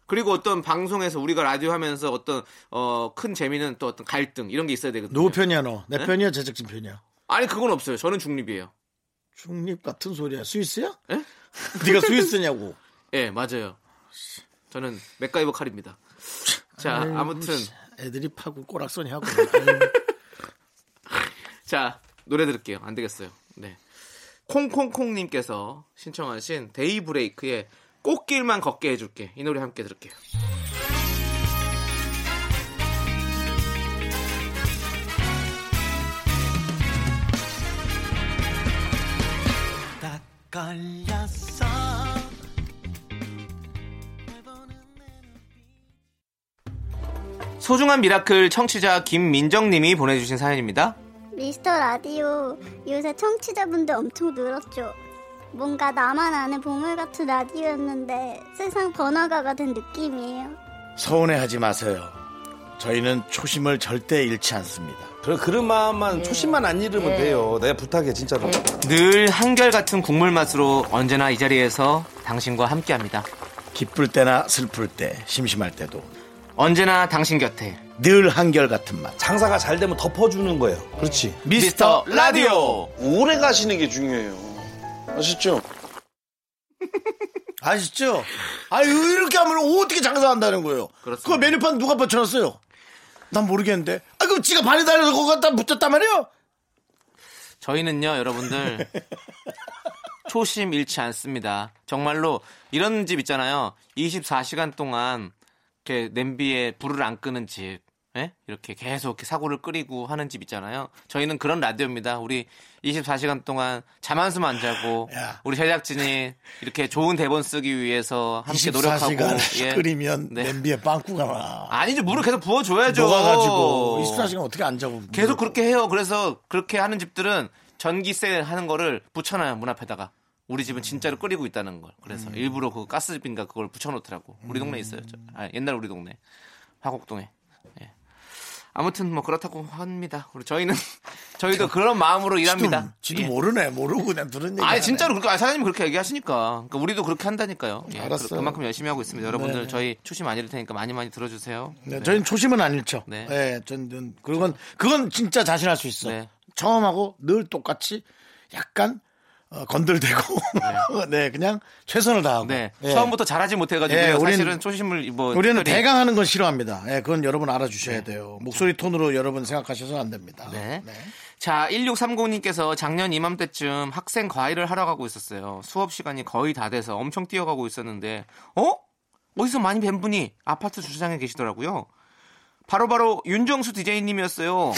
Speaker 2: 그리고 어떤 방송에서 우리가 라디오 하면서 어떤 어, 큰 재미는 또 어떤 갈등 이런 게 있어야 되거든요.
Speaker 1: 누구 편이야 너? 내
Speaker 2: 네?
Speaker 1: 편이야 제작진 편이야?
Speaker 2: 아니 그건 없어요. 저는 중립이에요.
Speaker 1: 중립 같은 소리야. 스위스야?
Speaker 2: 예?
Speaker 1: 네가 스위스냐고?
Speaker 2: 예, 맞아요. 저는 맥가이버 칼입니다. 자,
Speaker 1: 아이고,
Speaker 2: 아무튼
Speaker 1: 씨, 애들이 파고 꼬락선이 하고.
Speaker 2: 자 노래 들을게요. 안 되겠어요. 네. 콩콩콩님께서 신청하신 데이브레이크의 꽃길만 걷게 해줄게 이 노래 함께 들을게요. 소중한 미라클 청취자 김민정님이 보내주신 사연입니다.
Speaker 6: 미스터 라디오 요새 청취자분들 엄청 늘었죠. 뭔가 나만 아는 보물 같은 라디오였는데 세상 번화가가 된 느낌이에요.
Speaker 1: 서운해하지 마세요. 저희는 초심을 절대 잃지 않습니다.
Speaker 7: 그런, 그런
Speaker 8: 네.
Speaker 7: 마음만 초심만 안 잃으면 돼요. 내가 부탁해 진짜로.
Speaker 2: 늘 한결같은 국물 맛으로 언제나 이 자리에서 당신과 함께합니다.
Speaker 1: 기쁠 때나 슬플 때, 심심할 때도
Speaker 2: 언제나 당신 곁에
Speaker 1: 늘 한결 같은 맛.
Speaker 7: 장사가 잘 되면 덮어주는 거예요. 그렇지.
Speaker 2: 미스터 라디오.
Speaker 8: 오래 가시는 게 중요해요. 아셨죠?
Speaker 1: 아시죠? 아유 이렇게 하면 어떻게 장사한다는 거예요?
Speaker 2: 그렇습니다.
Speaker 1: 거 메뉴판 누가 받쳐놨어요? 난 모르겠는데. 아 그럼 지가 발에 달려서 그거 갖다 붙였단 말이에요?
Speaker 2: 저희는요, 여러분들 초심 잃지 않습니다. 정말로 이런 집 있잖아요. 24시간 동안 이렇게 냄비에 불을 안 끄는 집. 예? 이렇게 계속 이렇게 사고를 끓이고 하는 집 있잖아요. 저희는 그런 라디오입니다. 우리 24시간 동안 잠 한숨 안 자고
Speaker 1: 야.
Speaker 2: 우리 제작진이 이렇게 좋은 대본 쓰기 위해서 함께 노력하고
Speaker 1: 24시간
Speaker 2: 예.
Speaker 1: 끓이면
Speaker 2: 네.
Speaker 1: 냄비에 빵꾸가 나.
Speaker 2: 아니죠 물을 계속 부어줘야죠.
Speaker 1: 녹아가지고 24시간 어떻게 안 자고
Speaker 2: 계속 그렇게 해요. 그래서 그렇게 하는 집들은 전기세 하는 거를 붙여놔요 문 앞에다가. 우리 집은 진짜로 끓이고 있다는 걸. 그래서
Speaker 1: 음.
Speaker 2: 일부러 그 가스집인가 그걸 붙여놓더라고. 우리 동네 있어요. 저- 아, 옛날 우리 동네 화곡동에. 예. 아무튼 뭐 그렇다고 합니다. 우리 저희는 저희도 그런 마음으로 일합니다.
Speaker 1: 지도
Speaker 2: 예.
Speaker 1: 모르네 모르고 그냥 들은 얘기
Speaker 2: 아니 진짜로 그렇게 아, 사장님 그렇게 얘기하시니까 그러니까 우리도 그렇게 한다니까요. 예,
Speaker 1: 알았어요.
Speaker 2: 그- 그만큼 열심히 하고 있습니다. 여러분들 저희 초심 안 잃을 테니까 많이 많이 들어주세요.
Speaker 1: 네, 저희는 초심은 안 잃죠.
Speaker 2: 네.
Speaker 1: 네. 전, 전 그건 그건 진짜 자신할 수 있어.
Speaker 2: 네.
Speaker 1: 처음하고 늘 똑같이 약간 어, 건들대고 네. 그냥 최선을 다하고.
Speaker 2: 네.
Speaker 1: 예.
Speaker 2: 처음부터 잘하지 못해가지고
Speaker 1: 예, 우린-
Speaker 2: 사실은 초심을 뭐
Speaker 1: 우리는
Speaker 2: 특별히-
Speaker 1: 대강 하는 건 싫어합니다. 예, 그건 여러분 알아주셔야 돼요. 목소리 톤으로 여러분 생각하셔서 안 됩니다.
Speaker 2: 네. 자, 1630님께서 작년 이맘때쯤 학생 과외를 하러 가고 있었어요. 수업 시간이 거의 다 돼서 엄청 뛰어가고 있었는데, 어? 어디서 많이 뵌 분이 아파트 주차장에 계시더라고요. 바로바로 윤정수 DJ님이었어요.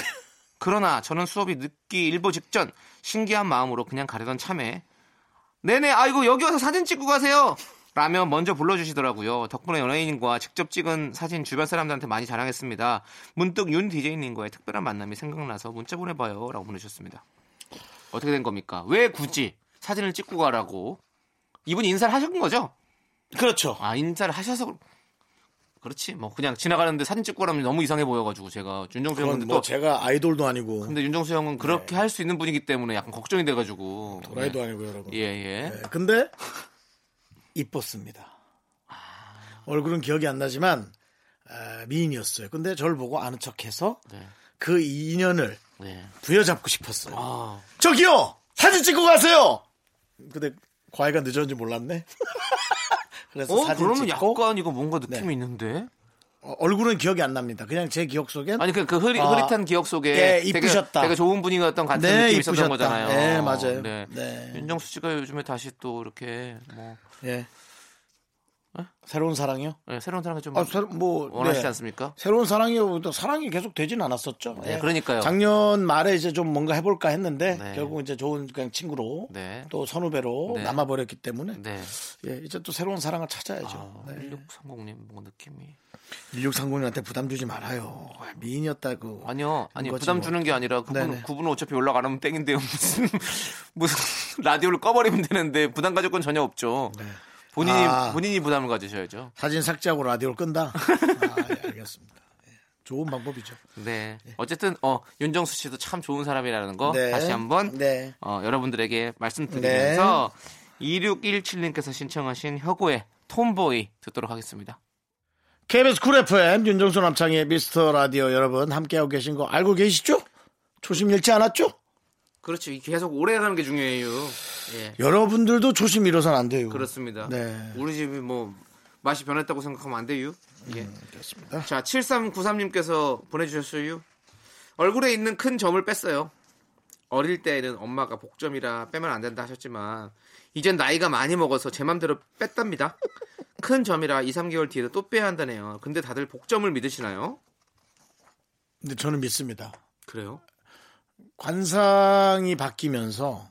Speaker 2: 그러나 저는 수업이 늦기 일보 직전 신기한 마음으로 그냥 가려던 참에 네네 아이고 여기 와서 사진 찍고 가세요 라며 먼저 불러주시더라고요 덕분에 연예인과 직접 찍은 사진 주변 사람들한테 많이 자랑했습니다 문득 윤 DJ님과의 특별한 만남이 생각나서 문자 보내봐요 라고 보내주셨습니다 어떻게 된 겁니까 왜 굳이 사진을 찍고 가라고 이분 인사를 하신 거죠?
Speaker 1: 그렇죠.
Speaker 2: 아 인사를 하셔서 그렇- 그렇지 뭐 그냥 지나가는데 사진 찍고 가라면 너무 이상해 보여가지고 제가 윤정수
Speaker 1: 그건
Speaker 2: 형은
Speaker 1: 뭐
Speaker 2: 또
Speaker 1: 제가 네. 아이돌도 아니고
Speaker 2: 근데 윤정수 형은 그렇게 할 수 있는 분이기 때문에 약간 걱정이 돼가지고
Speaker 1: 도라이도 아니고 여러분.
Speaker 2: 예 예.
Speaker 1: 네, 근데 이뻤습니다.
Speaker 2: 아.
Speaker 1: 얼굴은 기억이 안 나지만 아, 미인이었어요. 근데 저를 보고 아는 척해서
Speaker 2: 네.
Speaker 1: 그 인연을
Speaker 2: 네.
Speaker 1: 부여잡고 싶었어요.
Speaker 2: 아,
Speaker 1: 저기요 사진 찍고 가세요. 근데 과외가 늦었는지 몰랐네. 그래서
Speaker 2: 어
Speaker 1: 사진
Speaker 2: 그러면
Speaker 1: 찍고
Speaker 2: 약간 이거 뭔가 느낌이
Speaker 1: 네.
Speaker 2: 있는데.
Speaker 1: 어, 어, 얼굴은 기억이 안 납니다. 그냥 제 기억 속엔
Speaker 2: 아니 그, 그 흐리,
Speaker 1: 아,
Speaker 2: 흐릿한 기억 속에
Speaker 1: 예,
Speaker 2: 되게-
Speaker 1: 이쁘셨다.
Speaker 2: 되게, 좋은 분위기였던 같은
Speaker 1: 네,
Speaker 2: 느낌이 있었던
Speaker 1: 이쁘셨다.
Speaker 2: 거잖아요.
Speaker 1: 네, 맞아요.
Speaker 2: 네.
Speaker 1: 네.
Speaker 2: 윤정수 씨가 요즘에 다시 또 이렇게 뭐
Speaker 1: 예. 어? 새로운 사랑이요?
Speaker 2: 예, 새로운 사람을 좀
Speaker 1: 아, 새로, 뭐
Speaker 2: 원하시지
Speaker 1: 네.
Speaker 2: 않습니까?
Speaker 1: 새로운 사랑이요. 사랑이 계속 되진 않았었죠.
Speaker 2: 네,
Speaker 1: 예.
Speaker 2: 그러니까요.
Speaker 1: 작년 말에 이제 좀 뭔가 해볼까 했는데
Speaker 2: 네.
Speaker 1: 결국 이제 좋은 그냥 친구로
Speaker 2: 네.
Speaker 1: 또 선후배로
Speaker 2: 네.
Speaker 1: 남아버렸기 때문에
Speaker 2: 네.
Speaker 1: 예, 이제 또 새로운 사랑을 찾아야죠.
Speaker 2: 아,
Speaker 1: 네.
Speaker 2: 1630님 뭐 느낌이
Speaker 1: 1630한테 부담 주지 말아요. 미인이었다고.
Speaker 2: 아니요. 아니
Speaker 1: 거지,
Speaker 2: 부담
Speaker 1: 뭐.
Speaker 2: 주는 게 아니라 그분
Speaker 1: 네네.
Speaker 2: 그분은 어차피 연락 안 하면 땡인데요. 무슨 무슨 라디오를 꺼 버리면 되는데 부담 가질 건 전혀 없죠. 본인이
Speaker 1: 네. 아.
Speaker 2: 본인이 부담을 가지셔야죠.
Speaker 1: 사진 삭제하고 라디오를 끈다. 아, 예, 알겠습니다. 예. 좋은 방법이죠.
Speaker 2: 네. 어쨌든 어 윤정수 씨도 참 좋은 사람이라는 거
Speaker 1: 네.
Speaker 2: 다시 한번
Speaker 1: 네.
Speaker 2: 어, 여러분들에게 말씀드리면서 2617님께서 신청하신 혁오의 톰보이 듣도록 하겠습니다.
Speaker 1: KBS 쿨 FM 윤정수 남창의 미스터 라디오 여러분 함께하고 계신 거 알고 계시죠? 초심 잃지 않았죠?
Speaker 2: 그렇죠. 계속 오래 가는 게 중요해요. 예.
Speaker 1: 여러분들도 초심 잃어선 안 돼요.
Speaker 2: 그렇습니다.
Speaker 1: 네.
Speaker 2: 음. 우리 집이 뭐 맛이 변했다고 생각하면 안 돼요. 예.
Speaker 1: 그렇습니다.
Speaker 2: 자, 7393님께서 보내주셨어요. 얼굴에 있는 큰 점을 뺐어요. 어릴 때는 엄마가 복점이라 빼면 안 된다 하셨지만 이젠 나이가 많이 먹어서 제 맘대로 뺐답니다. 큰 점이라 2, 3개월 뒤에도 또 빼야 한다네요. 근데 다들 복점을 믿으시나요?
Speaker 1: 근데 저는 믿습니다.
Speaker 2: 그래요?
Speaker 1: 관상이 바뀌면서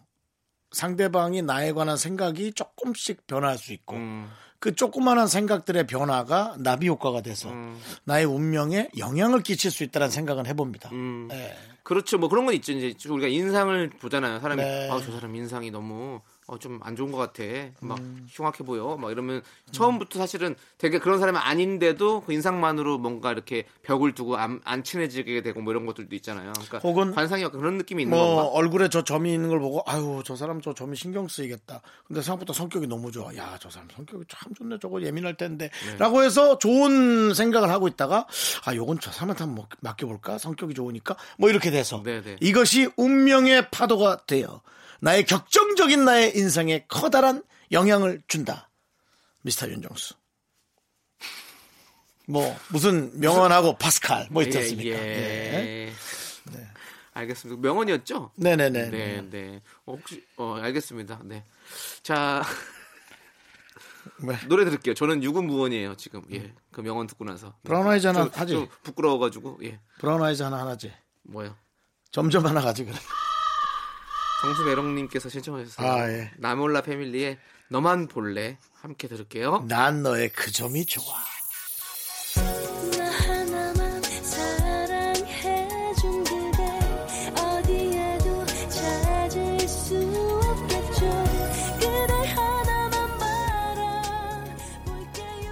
Speaker 1: 상대방이 나에 관한 생각이 조금씩 변할 수 있고
Speaker 2: 음,
Speaker 1: 그 조그마한 생각들의 변화가 나비 효과가 돼서
Speaker 2: 음.
Speaker 1: 나의 운명에 영향을 끼칠 수 있다는 생각은 해봅니다.
Speaker 2: 음.
Speaker 1: 예.
Speaker 2: 그렇죠. 뭐 그런 건 있죠. 이제 우리가 인상을 보잖아요. 사람이
Speaker 1: 네.
Speaker 2: 아, 저 사람 인상이 너무 어, 좀 안 좋은 것 같아. 막
Speaker 1: 음.
Speaker 2: 흉악해 보여. 막 이러면 처음부터 사실은 되게 그런 사람이 아닌데도 그 인상만으로 뭔가 이렇게 벽을 두고 안, 안 친해지게 되고 뭐 이런 것들도 있잖아요. 그러니까
Speaker 1: 혹은
Speaker 2: 관상이 약간 그런 느낌이 있는
Speaker 1: 뭐
Speaker 2: 건가?
Speaker 1: 얼굴에 저 점이 있는 걸 보고 아유 저 사람 저 점이 신경 쓰이겠다. 근데 생각보다 성격이 너무 좋아. 야 저 사람 성격이 참 좋네. 저거 예민할
Speaker 2: 네.
Speaker 1: 텐데.라고 해서 좋은 생각을 하고 있다가 아 요건 저 사람한테 한번 먹- 맡겨볼까. 성격이 좋으니까 뭐 이렇게 돼서
Speaker 2: 네네.
Speaker 1: 이것이 운명의 파도가 되어 나의 격정적인 나의 인생에 커다란 영향을 준다. 미스터 윤정수. 뭐 무슨 명언하고 파스칼 뭐 있지
Speaker 2: 예,
Speaker 1: 않습니까?
Speaker 2: 예.
Speaker 1: 네.
Speaker 2: 네. 알겠습니다. 명언이었죠?
Speaker 1: 네네네.
Speaker 2: 네, 네. 어, 혹시 어, 알겠습니다. 네. 자,
Speaker 1: 왜?
Speaker 2: 노래 들을게요. 저는 유군무원이에요, 지금.
Speaker 1: 음.
Speaker 2: 예. 그 명언 듣고 나서. 네.
Speaker 1: 브라운 아이즈 하나
Speaker 2: 좀-
Speaker 1: 하지.
Speaker 2: 좀 부끄러워가지고 예
Speaker 1: 브라운 아이즈 하나 하나지.
Speaker 2: 뭐요?
Speaker 1: 점점 하나 가지 그래.
Speaker 2: 정수 매롱님께서 신청하셨어요.
Speaker 1: 아, 예.
Speaker 2: 나몰라 패밀리의 너만 볼래 함께 들을게요.
Speaker 1: 난 너의 그 점이 좋아.
Speaker 3: 나 하나만 사랑해준 그대 어디에도 찾을 수 없겠죠 그대 하나만 바라볼게요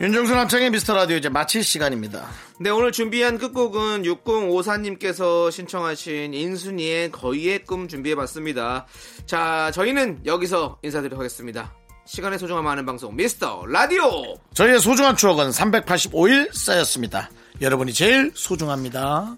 Speaker 1: 윤정수 남창의 미스터 라디오 이제 마칠 시간입니다.
Speaker 2: 네 오늘 준비한 끝곡은 6054님께서 신청하신 인순이의 거위의 꿈 준비해봤습니다. 자 저희는 여기서 인사드리도록 하겠습니다. 시간의 소중함 아는 방송 미스터 라디오.
Speaker 1: 저희의 소중한 추억은 385일 쌓였습니다. 여러분이 제일 소중합니다.